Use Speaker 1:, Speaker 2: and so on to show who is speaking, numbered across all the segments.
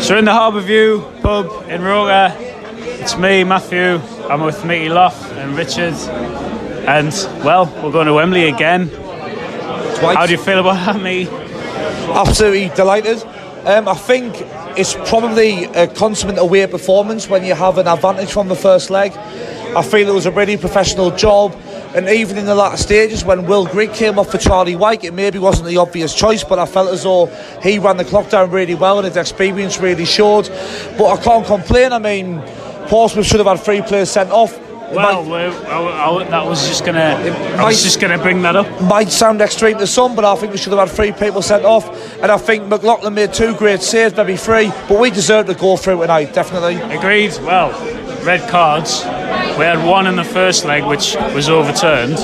Speaker 1: So we're in the Harbour View pub in Roga. It's me, Matthew. I'm with Mickey Loff and Richard. And well, we're going to Wembley again.
Speaker 2: Twice.
Speaker 1: How do you feel about that, me?
Speaker 2: Absolutely delighted. Um, I think it's probably a consummate away performance when you have an advantage from the first leg. I feel it was a really professional job, and even in the latter stages when Will Grigg came off for Charlie White, it maybe wasn't the obvious choice, but I felt as though he ran the clock down really well and his experience really showed. But I can't complain. I mean, Portsmouth should have had three players sent off. It
Speaker 1: Well,
Speaker 2: might-
Speaker 1: we're- I, I- that was just gonna. I
Speaker 2: might-
Speaker 1: was just gonna bring that up.
Speaker 2: might sound extreme to some, but I think we should have had three people sent off. And I think McLaughlin made two great saves, maybe three. But we deserve to go through tonight, definitely.
Speaker 1: Agreed. Well, red cards. We had one in the first leg, which was overturned.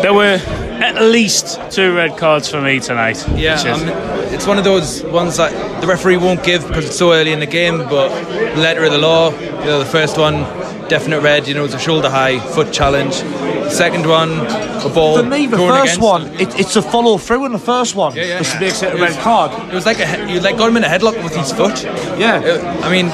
Speaker 1: There were at least two red cards for me tonight.
Speaker 3: Yeah,
Speaker 1: Richard.
Speaker 3: I mean, it's one of those ones that the referee won't give because it's so early in the game. But the letter of the law, you know, the first one, definite red. You know, it's a shoulder high, foot challenge. Second one, a ball.
Speaker 2: For me, the
Speaker 3: thrown
Speaker 2: first
Speaker 3: Oh, against-
Speaker 2: one, it, it's a follow through in the first one,
Speaker 3: yeah.
Speaker 2: which makes it a
Speaker 3: It
Speaker 2: red
Speaker 3: was-
Speaker 2: card.
Speaker 3: It was like a, he- you like got him in a headlock with his foot.
Speaker 2: Yeah.
Speaker 3: It- I mean,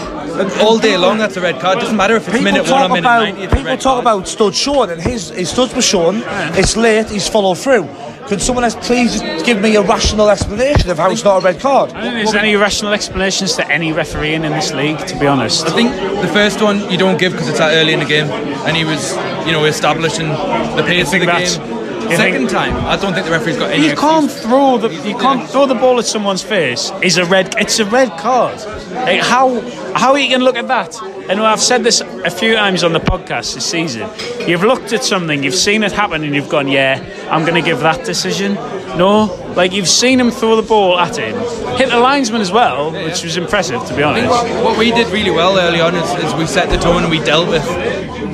Speaker 3: all day long that's a red card. Doesn't matter if it's
Speaker 2: People
Speaker 3: minute one or
Speaker 2: talk
Speaker 3: minute
Speaker 2: about
Speaker 3: ninety. It's a
Speaker 2: people
Speaker 3: red
Speaker 2: talk
Speaker 3: card.
Speaker 2: about stud Sean and his his studs were Sean. It's late. He's followed through. Could someone else please give me a rational explanation of how it's not a red card?
Speaker 1: I don't think there's any rational explanations to any refereeing in this league, to be honest.
Speaker 3: I think the first one you don't give because it's that early in the game, and he was, you know, establishing the pace of
Speaker 1: think
Speaker 3: the
Speaker 1: that's-
Speaker 3: game.
Speaker 1: you
Speaker 3: Second
Speaker 1: think-
Speaker 3: time, I don't think the referee's got any.
Speaker 1: You can't
Speaker 3: excuse.
Speaker 1: throw the you can't throw the ball at someone's face. Is a red. It's a red card. Like how how are you going to look at that? And I've said this a few times on the podcast this season. You've looked at something, you've seen it happen, and you've gone, "Yeah, I'm going to give that decision." No, like you've seen him throw the ball at him, hit the linesman as well, which was impressive to be
Speaker 3: I think
Speaker 1: honest.
Speaker 3: what, what we did really well early on is, is we set the tone and we dealt with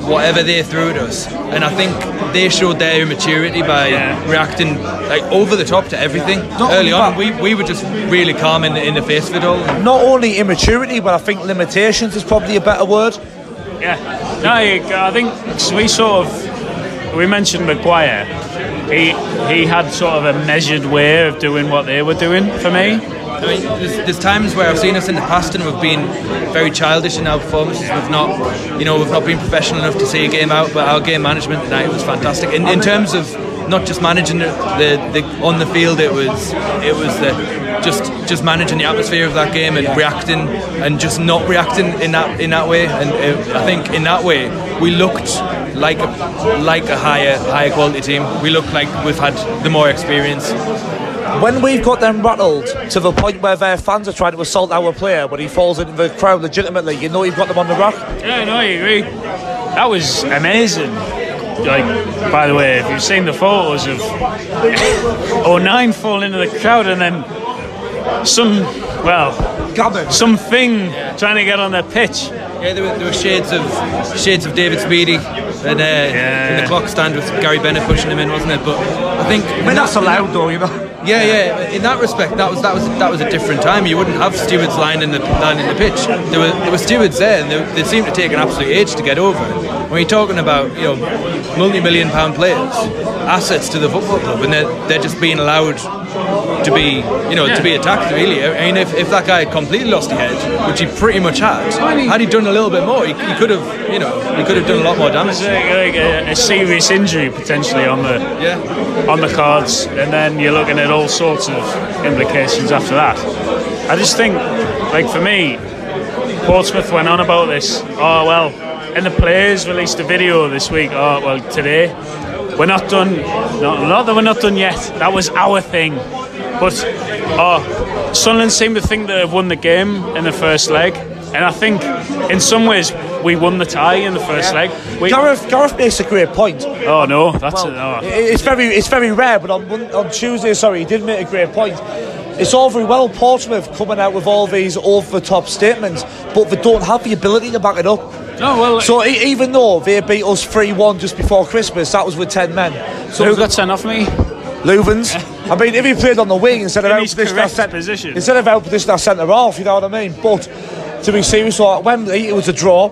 Speaker 3: whatever they threw at us. And I think they showed their immaturity by reacting like over the top to everything.
Speaker 2: Not only
Speaker 3: early on,
Speaker 2: that-
Speaker 3: we, we were just really calm in the, in the face of it all.
Speaker 2: Not only immaturity, but I think limitations is probably a better word.
Speaker 1: Yeah. No, I I think 'cause we sort of we mentioned Maguire. He he had sort of a measured way of doing what they were doing for me.
Speaker 3: I mean, there's, there's times where I've seen us in the past and we've been very childish in our performances. We've not, you know, we've not been professional enough to see a game out. But our game management tonight was fantastic. In, in terms of not just managing the, the, the on the field, it was it was the, just just managing the atmosphere of that game and reacting and just not reacting in that in that way. And uh, I think in that way we looked like a, like a higher higher quality team. We looked like we've had the more experience.
Speaker 2: When we've got them rattled to the point where their fans are trying to assault our player, but he falls into the crowd legitimately, you know you've got them on the rack.
Speaker 1: Yeah, no, I agree. That was amazing. Like, by the way, if you've seen the photos of 09 falling into the crowd and then some, well,
Speaker 2: Gabbard.
Speaker 1: something trying to get on their pitch.
Speaker 3: Yeah, there were, there were shades of shades of David Speedy and uh, in the clock stand with Gary Bennett pushing him in, wasn't it? But I think
Speaker 2: I mean, that's allowed though, you know.
Speaker 3: Yeah, yeah. In that respect, that was that was that was a different time. You wouldn't have stewards lining the lining the pitch. There were there were stewards there, and they, they seemed to take an absolute age to get over. When you're talking about you know multi-million pound players, assets to the football club, and they're they're just being allowed to be you know to be attacked really. I mean, if, if that guy had completely lost his head, which he pretty much had, had he done a little bit more, he, he could have you know he could have done a lot more
Speaker 1: It's like, like
Speaker 3: damage.
Speaker 1: a, a serious injury potentially on the
Speaker 3: Yeah.
Speaker 1: on the cards, and then you're looking at all sorts of implications after that. I just think, like for me, Portsmouth went on about this. Oh well, and the players released a video this week. Oh well, today we're not done. Not, not that we're not done yet. That was our thing, but oh, Sunderland seemed to think they have won the game in the first leg, and I think in some ways we won the tie in the first leg. We,
Speaker 2: Gareth, Gareth makes a great point.
Speaker 1: oh no, that's it.
Speaker 2: Well,
Speaker 1: oh.
Speaker 2: it- it's very it's very rare, but on Mon- on Tuesday, sorry, he did make a great point. It's all very well Portsmouth coming out with all these over the top statements, but they don't have the ability to back it up.
Speaker 1: No, well,
Speaker 2: So e- even though they beat us three one just before Christmas, that was with ten men. So
Speaker 1: who got sent off me?
Speaker 2: Luvens. I mean, if he played on the wing instead of
Speaker 1: In
Speaker 2: out
Speaker 1: his
Speaker 2: position, our
Speaker 1: correct
Speaker 2: cent-
Speaker 1: position.
Speaker 2: instead of out position, our centre half, you know what I mean. But to be serious, like at Wembley, it was a draw.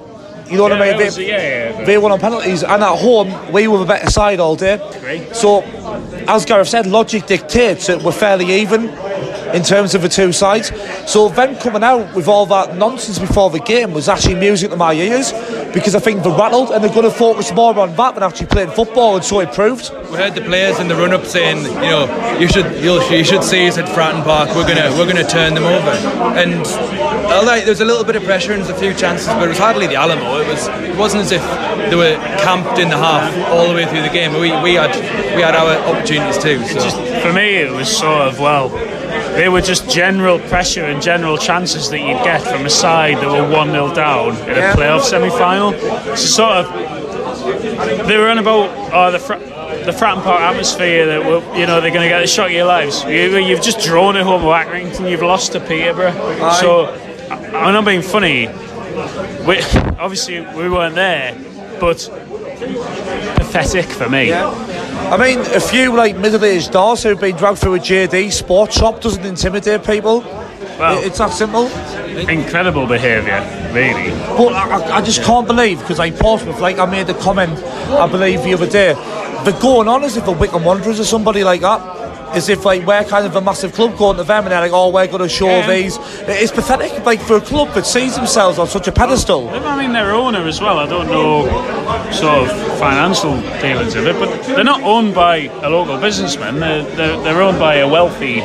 Speaker 2: You know what I mean? They- they won on penalties, and at home we were the better side all day.
Speaker 1: Agree.
Speaker 2: So, as Gareth said, logic dictates that we're fairly even. in terms of the two sides. So them coming out with all that nonsense before the game was actually music to my ears because I think they're rattled and they're going to focus more on that than actually playing football, and so it proved.
Speaker 3: We heard the players in the run-up saying, you know, you should you'll, you should see us at Fratton Park. We're gonna we're gonna turn them over. And although there was a little bit of pressure and there's a few chances, but it was hardly the Alamo. It was it wasn't as if they were camped in the half all the way through the game. We, we had we had our opportunities too. So.
Speaker 1: For me, it was sort of well, they were just general pressure and general chances that you'd get from a side that were one 0 down in a playoff semi final. So sort of they were on about oh, the. Fra- the Fratton Park atmosphere that will, you know they're going to get the shot of your lives. You, you've just drawn at home at Accrington, you've lost to Peterborough. So I, I'm not being funny. We, obviously, we weren't there, but pathetic for me.
Speaker 2: I mean, a few like middle-aged dolls who've been dragged through a JD sports shop doesn't intimidate people.
Speaker 1: Well-
Speaker 2: It- it's that simple.
Speaker 1: Incredible behaviour, really.
Speaker 2: But I, I- I just can't believe because I Portsmouth, like I made a comment, I believe the other day, they're going on as if the Wickham Wanderers or somebody like that. As if like we're kind of a massive club going to them and they're like, oh, we're going to show
Speaker 1: Yeah.
Speaker 2: these. It's pathetic, like for a club that sees themselves on such a pedestal.
Speaker 1: I mean, their owner as well. I don't know sort of financial dealings of it, but they're not owned by a local businessman. They're, they're, they're owned by a wealthy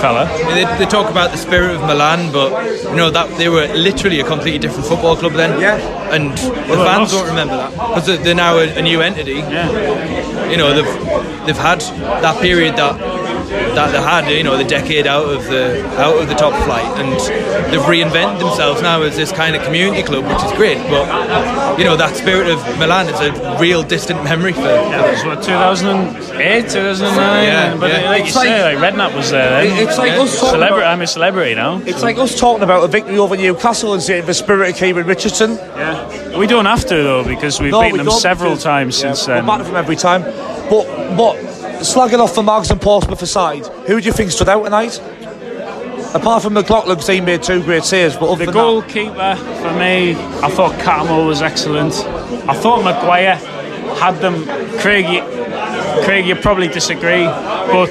Speaker 1: fella.
Speaker 3: They, they talk about the spirit of Milan, but you know that they were literally a completely different football club then.
Speaker 2: Yeah.
Speaker 3: And the
Speaker 1: Well,
Speaker 3: fans
Speaker 1: they lost.
Speaker 3: don't remember that because they're, they're now a, a new entity.
Speaker 1: Yeah.
Speaker 3: You know they've they've had that period that that they had. You know the decade out of the out of the top flight, and they've reinvented themselves now as this kind of community club, which is great. But you know that spirit of Milan is a real distant memory for.
Speaker 1: That was what 2008, 2009.
Speaker 3: Yeah,
Speaker 1: but
Speaker 3: yeah.
Speaker 1: like you
Speaker 2: It's like-
Speaker 1: say, like Redknapp was there. Then.
Speaker 2: It- it's like us talking
Speaker 1: Celebra-
Speaker 2: about-
Speaker 1: I'm a celebrity now.
Speaker 2: It's like us talking about a victory over Newcastle and saying the spirit of Kieran Richardson.
Speaker 1: Yeah. We don't have to though because we've beaten
Speaker 2: we
Speaker 1: them
Speaker 2: don't,
Speaker 1: several
Speaker 2: because-
Speaker 1: times
Speaker 2: yeah,
Speaker 1: since
Speaker 2: we're
Speaker 1: then.
Speaker 2: batting them every time. But, but slagging off the Marks and Portsmouth aside, who do you think stood out tonight? Apart from McLaughlin, 'cause he made two great saves, but other
Speaker 1: The
Speaker 2: than
Speaker 1: goalkeeper for me, I thought Catmull was excellent. I thought Maguire had them. Craig, you, Craig, you probably disagree, but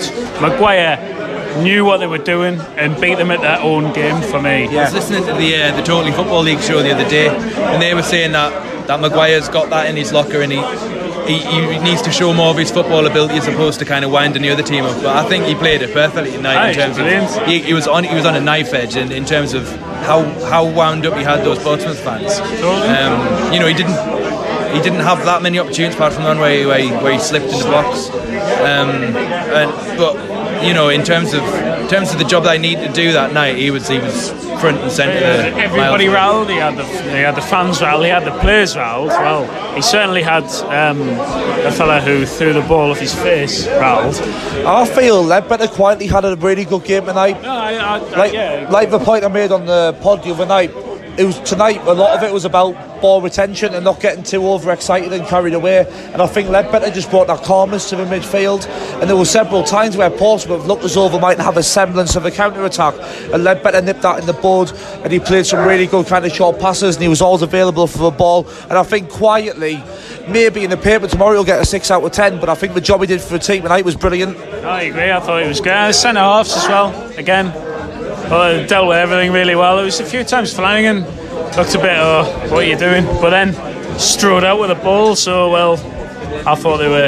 Speaker 1: Maguire knew what they were doing and beat them at their own game for me.
Speaker 2: Yeah.
Speaker 3: I was listening to the uh, the Totally Football League show the other day, and they were saying that that Maguire's got that in his locker, and he. He, he needs to show more of his football ability as opposed to kind of winding the other team up. But I think he played it perfectly tonight
Speaker 1: Aye,
Speaker 3: in terms
Speaker 1: brilliant.
Speaker 3: of he, he was on he was on a knife edge in, in terms of how how wound up he had those Portsmouth fans. Um, you know he didn't he didn't have that many opportunities apart from the one where he, where he, where he slipped in the box. Um, and, but you know in terms of in terms of the job that I need to do that night, he was he was front and centre.
Speaker 1: Uh, everybody
Speaker 3: Miles.
Speaker 1: rowled. He had the he had the fans rowled. He had the players rowled. Well, he certainly had um, the fella who threw the ball off his face rowled.
Speaker 2: that. I feel Ledbetter quietly had a really good game tonight.
Speaker 1: No, I, I, I-
Speaker 2: Like,
Speaker 1: yeah.
Speaker 2: like the point I made on the pod the other night, it was tonight. A lot of it was about ball retention and not getting too overexcited and carried away. And I think Ledbetter just brought that calmness to the midfield. And there were several times where Portsmouth looked as though they might have a semblance of a counter attack, and Ledbetter nipped that in the bud. And he played some really good kind of short passes, and he was always available for the ball. And I think quietly, maybe in the paper tomorrow he'll get a six out of ten. But I think the job he did for the team tonight was brilliant.
Speaker 1: I agree. I thought it was great. Uh, Centre halves as well. Again, well, they dealt with everything really well. It was a few times Flanagan looked a bit, oh, what are you doing? But then strode out with a ball. So well, I thought they were.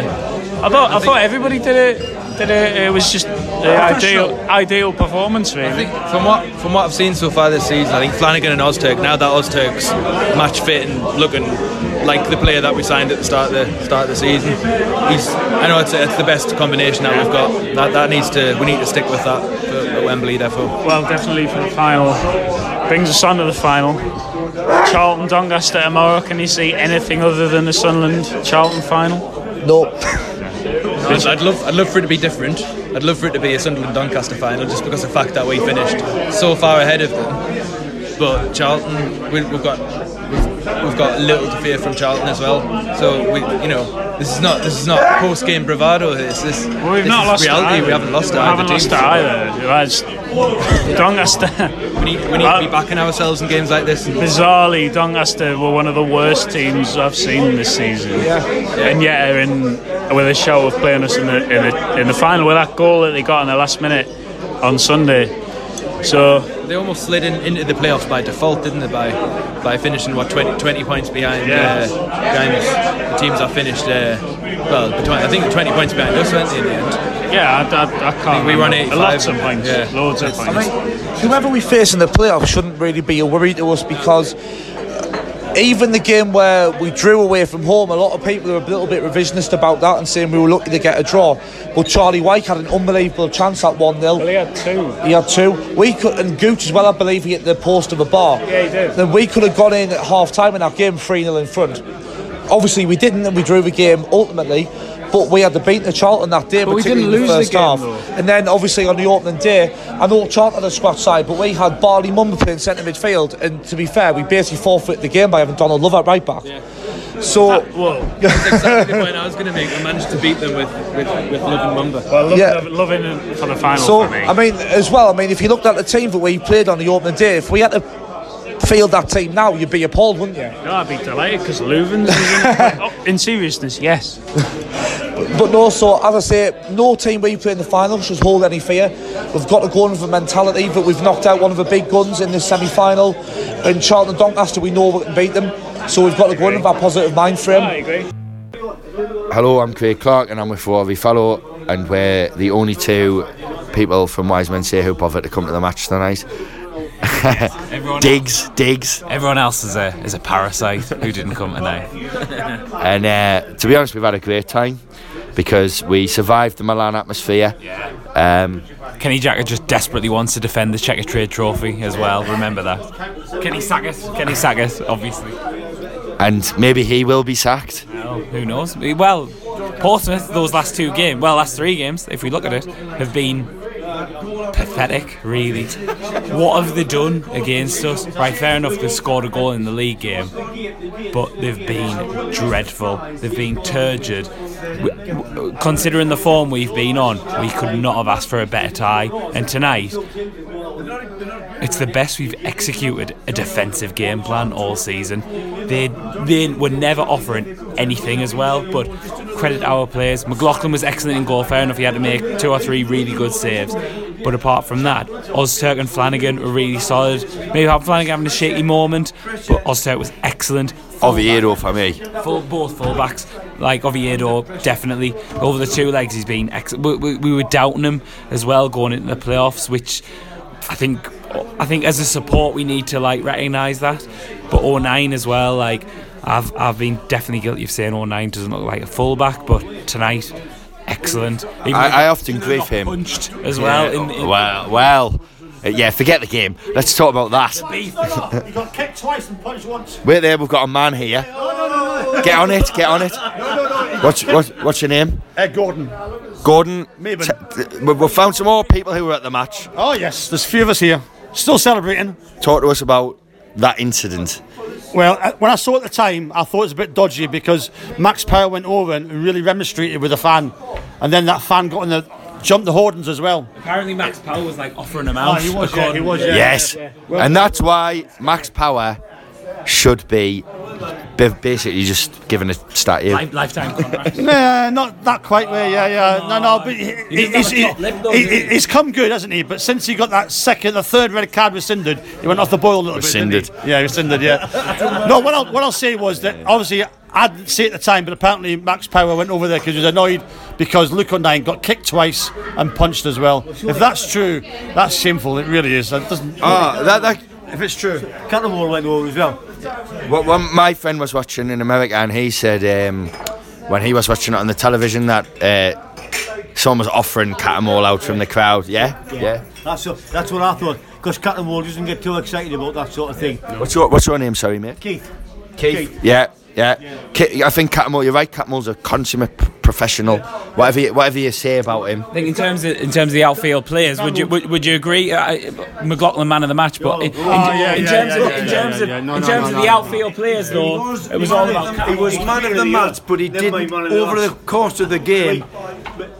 Speaker 1: I thought I thought everybody did it. Did it. It was just the ideal ideal performance
Speaker 3: I
Speaker 1: really.
Speaker 3: think from what from what I've seen so far this season, I think Flanagan and Ozturk. Now that Ozturk's match fit and looking like the player that we signed at the start of the start of the season, he's. I know it's, it's the best combination that we've got. That that needs to we need to stick with that for, at Wembley. Therefore,
Speaker 1: Well, definitely for the final. Brings us on to the final. Charlton Doncaster tomorrow. Can you see anything other than the Sunderland Charlton final?
Speaker 2: No.
Speaker 3: I'd, I'd love I'd love for it to be different. I'd love for it to be a Sunderland Doncaster final, just because of the fact that we finished so far ahead of them. But Charlton, we, we've got we've, we've got little to fear from Charlton as well. So we, you know, this is not this is not post game bravado. This this,
Speaker 1: Well, we've
Speaker 3: this
Speaker 1: not
Speaker 3: is
Speaker 1: lost
Speaker 3: reality.
Speaker 1: it either.
Speaker 3: We haven't lost
Speaker 1: we
Speaker 3: it either.
Speaker 1: haven't
Speaker 3: do we?
Speaker 1: lost it either. Right, it's- Doncaster,
Speaker 3: We need, we need to be backing ourselves in games like this.
Speaker 1: bizarrely, Doncaster were one of the worst teams I've seen this season. Yeah. And yet, are in with a show of playing us in the in the, in the final with that goal that they got in the last minute. on Sunday. So
Speaker 3: They almost slid in, into the playoffs by default, didn't they? By by finishing what 20, 20 points behind
Speaker 1: Yeah.
Speaker 3: uh, behind the teams that finished. Uh, well, between, I think twenty points behind us, weren't they? In the end,
Speaker 1: yeah, I, I, I can't.
Speaker 3: we were on
Speaker 1: remember.
Speaker 3: 85.
Speaker 1: Lots of points.
Speaker 3: Yeah.
Speaker 1: Loads of
Speaker 3: It's-
Speaker 1: points.
Speaker 2: whoever we face in the playoffs shouldn't really be a worry to us because even the game where we drew away from home, a lot of people are a little bit revisionist about that and saying we were lucky to get a draw. But Charlie Wyke had an unbelievable chance at 1 0.
Speaker 1: well, he had two.
Speaker 2: He had two. We could and Gooch as well, I believe, he hit the post of a bar.
Speaker 1: Yeah, he did.
Speaker 2: Then we could have gone in at half time and our game 3 0 in front. Obviously, we didn't, and we drew the game ultimately. But we had to beat the Charlton that day,
Speaker 4: But we
Speaker 2: particularly
Speaker 4: didn't
Speaker 2: in
Speaker 4: lose
Speaker 2: the
Speaker 4: the
Speaker 2: first
Speaker 4: game,
Speaker 2: half.
Speaker 4: though.
Speaker 2: And then, obviously, on the opening day, I know Charlton had a squad side, but we had Barley Mumba playing centre midfield. And to be fair, we basically forfeited the game by having Donald Love at right back. So,
Speaker 1: Whoa.
Speaker 3: that's exactly the point I was going to make. We managed to beat them with with, with love and mumba.
Speaker 1: Well, love,
Speaker 2: Yeah.
Speaker 1: love- loving it for the final
Speaker 2: So
Speaker 1: for me.
Speaker 2: I mean, as well, I mean, if you looked at the team that we played on the opening day, if we had to field that team now, you'd be appalled, wouldn't you?
Speaker 1: no, I'd be delighted because Leuven's is in, oh, in seriousness, yes.
Speaker 2: But also, as I say, no team we play in the final should hold any fear. We've got to go in with a mentality that we've knocked out one of the big guns in the semi-final, and Charlton and Doncaster, we know we can beat them. So we've got to go in with our positive mind frame.
Speaker 1: I agree.
Speaker 5: Hello, I'm Craig Clark and I'm with Rory Fallow and we're the only two people from Wise Men Say Who bothered to come to the match tonight.
Speaker 6: Everyone,
Speaker 5: Diggs, Diggs.
Speaker 6: everyone else is a is a parasite who didn't come today.
Speaker 5: And uh, to be honest, we've had a great time because we survived the Milan atmosphere. Um,
Speaker 6: Kenny Jacker just desperately wants to defend the Checker Trade Trophy as well. Remember that. Kenny Sackett. Kenny Sackett, obviously.
Speaker 5: and maybe he will be sacked.
Speaker 6: Well, who knows? Well, Portsmouth, those last two games, well, last three games, if we look at it, have been pathetic, really. What have they done against us? Right, fair enough, they scored a goal in the league game, but they've been dreadful. They've been turgid. We- w- Considering the form we've been on, we could not have asked for a better tie. And tonight, it's the best we've executed a defensive game plan all season. They they were never offering anything as well, but credit our players. McLaughlin was excellent in goal, fair enough, he had to make two or three really good saves. But apart from that, Ozturk and Flanagan were really solid. Maybe Flanagan having a shaky moment, but Ozturk was excellent.
Speaker 5: Oviedo for me.
Speaker 6: Full, both fullbacks, like Oviedo, definitely over the two legs. He's been excellent. We, we, we were doubting him as well going into the playoffs, which I think I think as a support we need to like recognise that. But 09 as well, like I've I've been definitely guilty of saying 09 doesn't look like a fullback, but tonight excellent. Even though
Speaker 5: I, I
Speaker 6: he
Speaker 5: often grief
Speaker 6: got
Speaker 5: him.
Speaker 6: punched as well. in, in,
Speaker 5: well, well. Uh, yeah, forget the game. Let's talk about that.
Speaker 6: beef.
Speaker 7: You got kicked twice and punched once.
Speaker 5: Wait there, we've got a man here. Get on it, get on it. What's, what's, what's your name?
Speaker 7: Ed Gordon.
Speaker 5: Gordon,
Speaker 7: Mabon.
Speaker 5: t- t- we- we've found some more people who were at the match.
Speaker 7: Oh yes, there's a few of us here. Still celebrating.
Speaker 5: Talk to us about that incident.
Speaker 7: Well, uh, when I saw it at the time, I thought it was a bit dodgy because Max Power went over and really remonstrated with a fan, and then that fan got in the jumped the Hordens as well.
Speaker 6: Apparently Max Powell was like offering him
Speaker 7: Oh,
Speaker 6: out. according-
Speaker 5: yes, and that's why Max Power should be bi- basically just given a stat here.
Speaker 6: Life- lifetime contract.
Speaker 7: Nah, not that quite way. Yeah, yeah. No, no. But he,
Speaker 6: He doesn't have
Speaker 7: he's,
Speaker 6: a top lip though,
Speaker 7: he-
Speaker 6: does he?
Speaker 7: he- he's come good, hasn't he? But since he got that second, the third red card rescinded, he went off the boil a little bit.
Speaker 5: Rescinded.
Speaker 7: Didn't he? Yeah, rescinded. Yeah. no, what I'll what I'll say was that obviously I didn't see it at the time, but apparently Max Power went over there because he was annoyed because Luke O'Neill got kicked twice and punched as well. If that's true, that's shameful. It really is. That doesn't.
Speaker 8: Ah.
Speaker 5: Oh, that, that,
Speaker 7: if it's true, Cannonball went over as well.
Speaker 5: what, what my friend was watching in America, and he said um, when he was watching it on the television that uh, someone was offering cat 'em all out from the crowd. Yeah, yeah.
Speaker 8: That's that's what I thought. Because Captain Wall doesn't get too excited about that sort of thing.
Speaker 5: What's your What's your name? Sorry, mate.
Speaker 8: Keith,
Speaker 5: Keith. Yeah, yeah. Ki- I think Catmull, you're right, Catmull's a consummate p- professional. Whatever you, whatever you say about him.
Speaker 6: I think in terms of in terms of the outfield players, would you would, would you agree? Uh, McLaughlin man of the match, but in, in,
Speaker 7: Oh, yeah,
Speaker 6: in
Speaker 7: yeah,
Speaker 6: terms
Speaker 7: yeah,
Speaker 6: of
Speaker 7: yeah,
Speaker 6: in terms
Speaker 7: yeah, yeah,
Speaker 6: of
Speaker 7: yeah. No,
Speaker 6: in terms
Speaker 7: no, no,
Speaker 6: of
Speaker 7: no,
Speaker 6: the
Speaker 7: no.
Speaker 6: outfield players, though, it was all about.
Speaker 8: He was man of the match, but he didn't over the course of the game.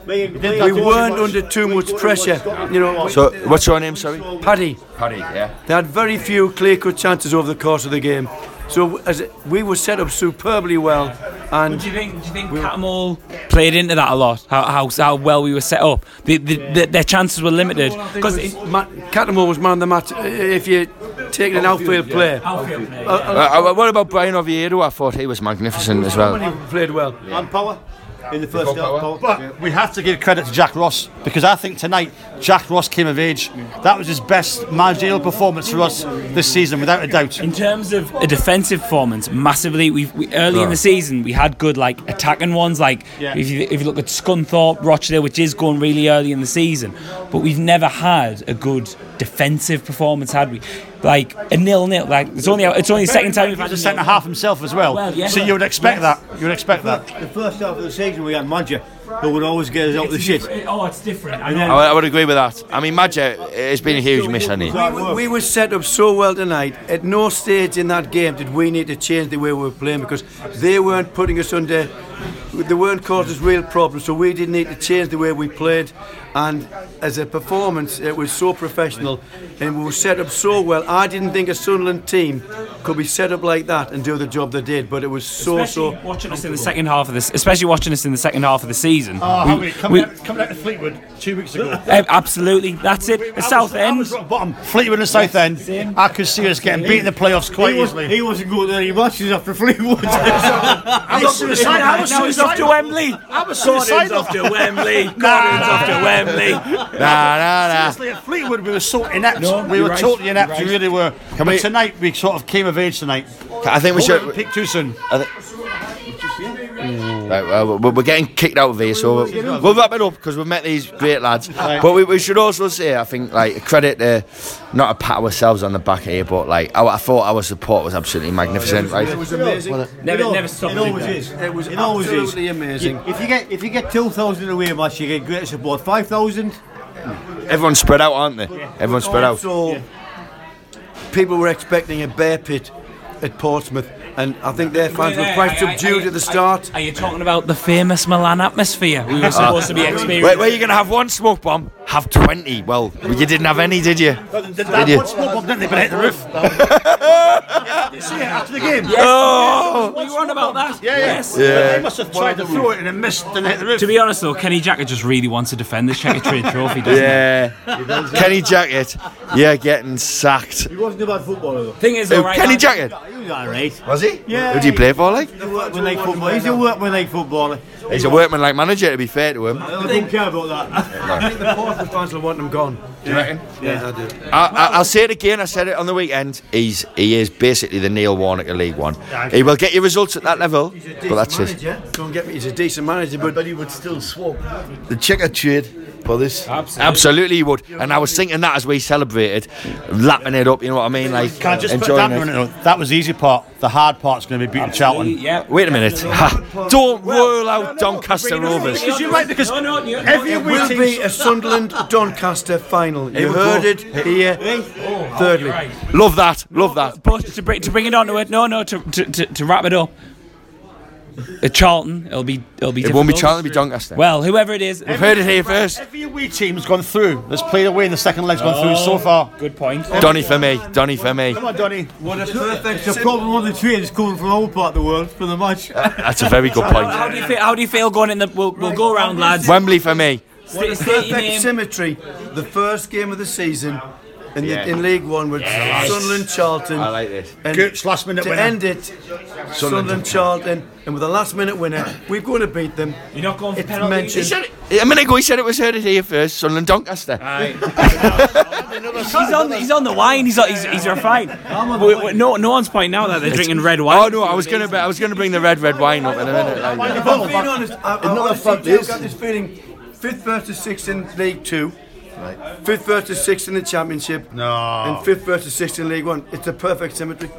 Speaker 8: We weren't under too much pressure, you know.
Speaker 5: So, what's your name, sorry?
Speaker 8: Paddy,
Speaker 5: Paddy, yeah.
Speaker 8: they had very few clear-cut chances over the course of the game. So as it- we were set up superbly well, And
Speaker 6: do you think? Do you think Catmull played into that a lot? How, how, how well we were set up? The, the, the, their chances were limited because
Speaker 8: Ma- Catamore was man of the match. uh, If you take an outfield player,
Speaker 5: Uh, uh, what about Brian Oviedo? I thought he was magnificent as well.
Speaker 8: he played well.
Speaker 4: And power in the first half. Power.
Speaker 7: But we have to give credit to Jack Ross because I think tonight Jack Ross came of age. That was his best managerial performance for us this season, without a doubt.
Speaker 6: In terms of a defensive performance, massively. We've, we early in the season we had good like attacking ones. Like
Speaker 7: Yeah.
Speaker 6: if, you, if you look at Scunthorpe, Rochdale, which is going really early in the season, but we've never had a good defensive performance, had we? Like a nil nil. Like it's only it's only the second time we've had
Speaker 7: He's
Speaker 6: a
Speaker 7: a centre
Speaker 6: nil-nil.
Speaker 7: half himself as well,
Speaker 6: Well, yeah.
Speaker 7: so you would expect
Speaker 6: Yes.
Speaker 7: that. You would expect that.
Speaker 4: The first half of the season, we had Madger, who would always get us out of the shit.
Speaker 6: Oh, it's different. I
Speaker 4: And
Speaker 6: know.
Speaker 5: I would, I would agree with that. I mean, Madge, it's been a huge miss, hasn't he?
Speaker 4: Hard
Speaker 8: We-
Speaker 4: work.
Speaker 8: We were set up so well tonight. At no stage in that game did we need to change the way we were playing because they weren't putting us under. They weren't causing us real problems, so we didn't need to change the way we played. And as a performance, it was so professional, and we were set up so well. I didn't think a Sunderland team could be set up like that and do the job they did, but it was so
Speaker 6: Especially
Speaker 8: so.
Speaker 6: watching us in the second half of this, especially watching us in the second half of the season.
Speaker 4: Ah,
Speaker 6: We-
Speaker 7: Oh, we,
Speaker 6: we-
Speaker 7: coming, out, coming out to Fleetwood two weeks ago.
Speaker 6: eh, absolutely, that's it.
Speaker 7: We- I
Speaker 6: The
Speaker 7: was-
Speaker 6: South
Speaker 7: I
Speaker 6: End.
Speaker 7: was rock bottom. Fleetwood and South End. I could see us getting beat in the playoffs quite
Speaker 4: He, was,
Speaker 7: easily.
Speaker 4: he wasn't going to any matches after Fleetwood.
Speaker 7: I was suicidal. I was
Speaker 6: now it's off to
Speaker 7: suicidal.
Speaker 6: Wembley.
Speaker 7: I was
Speaker 6: Gordon's
Speaker 7: suicidal.
Speaker 6: off to Wembley. Gordon's
Speaker 7: nah,
Speaker 6: off to Wembley.
Speaker 5: Nah, nah, nah.
Speaker 7: Honestly, at Fleetwood, we were so inept. we
Speaker 6: you're
Speaker 7: were
Speaker 6: right,
Speaker 7: totally inept. We really were. but
Speaker 5: we-
Speaker 7: tonight, we sort of came of age tonight.
Speaker 5: I think we should.
Speaker 7: pick too soon.
Speaker 5: Right, well, we're we're getting kicked out of here, so we'll, we'll wrap it up because we've met these great lads. But we, we should also say, I think, like credit to not to pat ourselves on the back here, but like I, I thought our support was absolutely magnificent. Right,
Speaker 8: amazing.
Speaker 6: Never,
Speaker 4: It al-
Speaker 6: never stopped.
Speaker 4: It always
Speaker 6: did
Speaker 4: is.
Speaker 8: It was
Speaker 4: It always is.
Speaker 8: absolutely amazing.
Speaker 4: If you get if you get two thousand away match, you get great support. Five thousand.
Speaker 5: everyone's spread out, aren't they? Everyone's spread out.
Speaker 8: So people were expecting a bear pit at Portsmouth, and I think their fans were quite subdued at the start.
Speaker 6: Are you talking about the famous Milan atmosphere we were supposed to be experiencing?
Speaker 5: Where, where you gonna have one smoke bomb? Have twenty. Well, you didn't have any, did you?
Speaker 7: Did
Speaker 5: Did
Speaker 7: that
Speaker 5: you?
Speaker 7: one smoke bomb, didn't they? But it hit the roof. you see it after the game.
Speaker 6: Oh, we were on about that.
Speaker 7: Yeah, yeah.
Speaker 6: Yes.
Speaker 7: They must have tried to throw it and it missed and hit the roof.
Speaker 6: To be honest though, Kenny Jacker just really wants to defend this Checkered Trophy, doesn't he?
Speaker 5: Yeah. Kenny Jacket, you're getting sacked.
Speaker 4: He wasn't a bad footballer though.
Speaker 6: Thing is,
Speaker 5: Who,
Speaker 6: all right,
Speaker 5: Oh, Kenny
Speaker 6: that-
Speaker 5: Jacket?
Speaker 4: He was alright.
Speaker 5: Was he?
Speaker 4: Yeah.
Speaker 5: Who do you play for, like?
Speaker 4: He's a workman like footballer. He's a workman like footballer.
Speaker 5: He's a workman like manager, to be fair to him. I,
Speaker 4: I don't care about that.
Speaker 8: I think the Portsmouth fans will want them gone. Yeah, I do.
Speaker 5: I, I'll say it again, I said it on the weekend. He's He is basically the Neil Warnock of League One. He will get you results at that level, but that's it.
Speaker 8: manager. Don't get me. He's a decent manager, but
Speaker 4: he would still swap.
Speaker 9: The checker trade for this.
Speaker 5: Absolutely, he would. And I was thinking that as we celebrated, lapping it up, you know what I mean? Like,
Speaker 7: Can I just put
Speaker 5: enjoying
Speaker 7: that
Speaker 5: it.
Speaker 7: That was the easy part. The hard part's going to be beating Charlton.
Speaker 6: Yeah.
Speaker 5: Wait a minute. Ha, Don't roll out Doncaster Rovers.
Speaker 7: Because you're right, because
Speaker 6: No, no, no,
Speaker 7: every
Speaker 6: no,
Speaker 7: week
Speaker 8: will be a Sunderland Doncaster final. You
Speaker 5: will
Speaker 8: heard
Speaker 5: go.
Speaker 8: it here. Thirdly,
Speaker 5: Love that. Love that.
Speaker 6: But to bring, to bring it on to it, no, no, to, to, to, to wrap it up, at Charlton, it'll be it'll be.
Speaker 5: It won't be
Speaker 6: difficult.
Speaker 5: Charlton, it'll be Doncaster.
Speaker 6: Well, whoever it is,
Speaker 5: You've heard it here first.
Speaker 7: every away team's gone through. That's played away and the second leg's gone through
Speaker 9: Oh.
Speaker 7: so far.
Speaker 6: good point.
Speaker 5: Donny for me. Donny for me.
Speaker 7: Come on, Donny.
Speaker 4: What a perfect. It's a problem on the trains coming from our part of the world for the match.
Speaker 5: That's a very good
Speaker 6: How do
Speaker 5: point.
Speaker 6: you feel? How do you feel going in the? We'll, we'll go round, lads.
Speaker 5: Wembley for me.
Speaker 6: State, state your
Speaker 8: perfect
Speaker 6: name.
Speaker 8: symmetry. The first game of the season. In, the, in League One with Sunderland Charlton. I
Speaker 5: like this.
Speaker 8: And
Speaker 7: Gooch, last minute
Speaker 8: to
Speaker 7: winner.
Speaker 8: end it, Sunderland, Charlton, and with a last minute winner, we're going to beat them.
Speaker 6: You're not going for
Speaker 8: It's
Speaker 6: penalties?
Speaker 5: He
Speaker 8: mentioned.
Speaker 5: said it, a minute ago he said it was heard it here first, Sunderland Doncaster.
Speaker 6: Ah, He's on. He's on the wine. He's on, he's, he's refined. We- we- no, no one's pointing out that they're drinking red wine.
Speaker 5: oh no, I was gonna be- I was gonna bring the red red wine up in a minute. like.
Speaker 8: If I'm being honest, I, I
Speaker 9: Another
Speaker 8: honestly
Speaker 9: fact
Speaker 8: do
Speaker 9: is-
Speaker 8: got this feeling fifth versus sixth in League Two, fifth versus sixth in the Championship, and fifth versus sixth in League One. It's a perfect symmetry.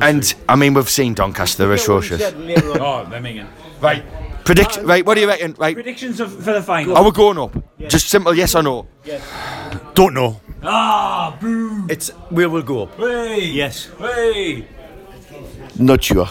Speaker 5: And I mean we've seen Doncaster they're atrocious.
Speaker 6: Oh, they're making
Speaker 5: Right. Predict right, what do you reckon? Right.
Speaker 6: Uh, predictions of, for the final.
Speaker 5: Are we going up? Just simple yes or no.
Speaker 7: Don't know.
Speaker 6: Ah, boo!
Speaker 8: It's we will go up.
Speaker 6: Hey,
Speaker 4: Yes.
Speaker 6: hey!
Speaker 9: Not sure.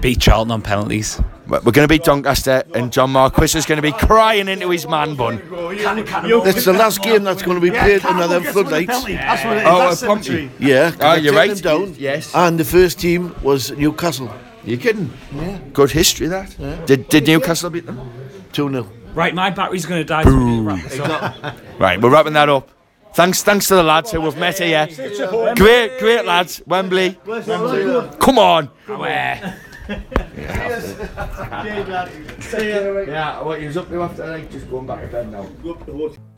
Speaker 6: Beat Charlton on penalties.
Speaker 5: We're gonna beat Doncaster and John Marquis is gonna be crying into his man bun.
Speaker 9: It's the last game that's going to be played under them floodlights.
Speaker 7: That's what it is.
Speaker 5: Oh,
Speaker 7: that's
Speaker 5: uh, Pompey.
Speaker 7: symmetry.
Speaker 9: Yeah.
Speaker 5: Oh,
Speaker 9: I
Speaker 5: you're
Speaker 9: turned
Speaker 5: right.
Speaker 9: them down.
Speaker 5: Yes.
Speaker 9: And the first team was Newcastle.
Speaker 5: You kidding? Yeah. Good history that. Did, did Newcastle beat them?
Speaker 9: 2 0.
Speaker 6: Right, my battery's going to die. so we need to wrap this up.
Speaker 5: Right, we're wrapping that up. Thanks, thanks to the lads who we've met here. Great, great lads. Wembley. Come on.
Speaker 9: Yeah,
Speaker 5: Yeah, what you was up to after like just going back to bed now.
Speaker 9: Go up the hotel.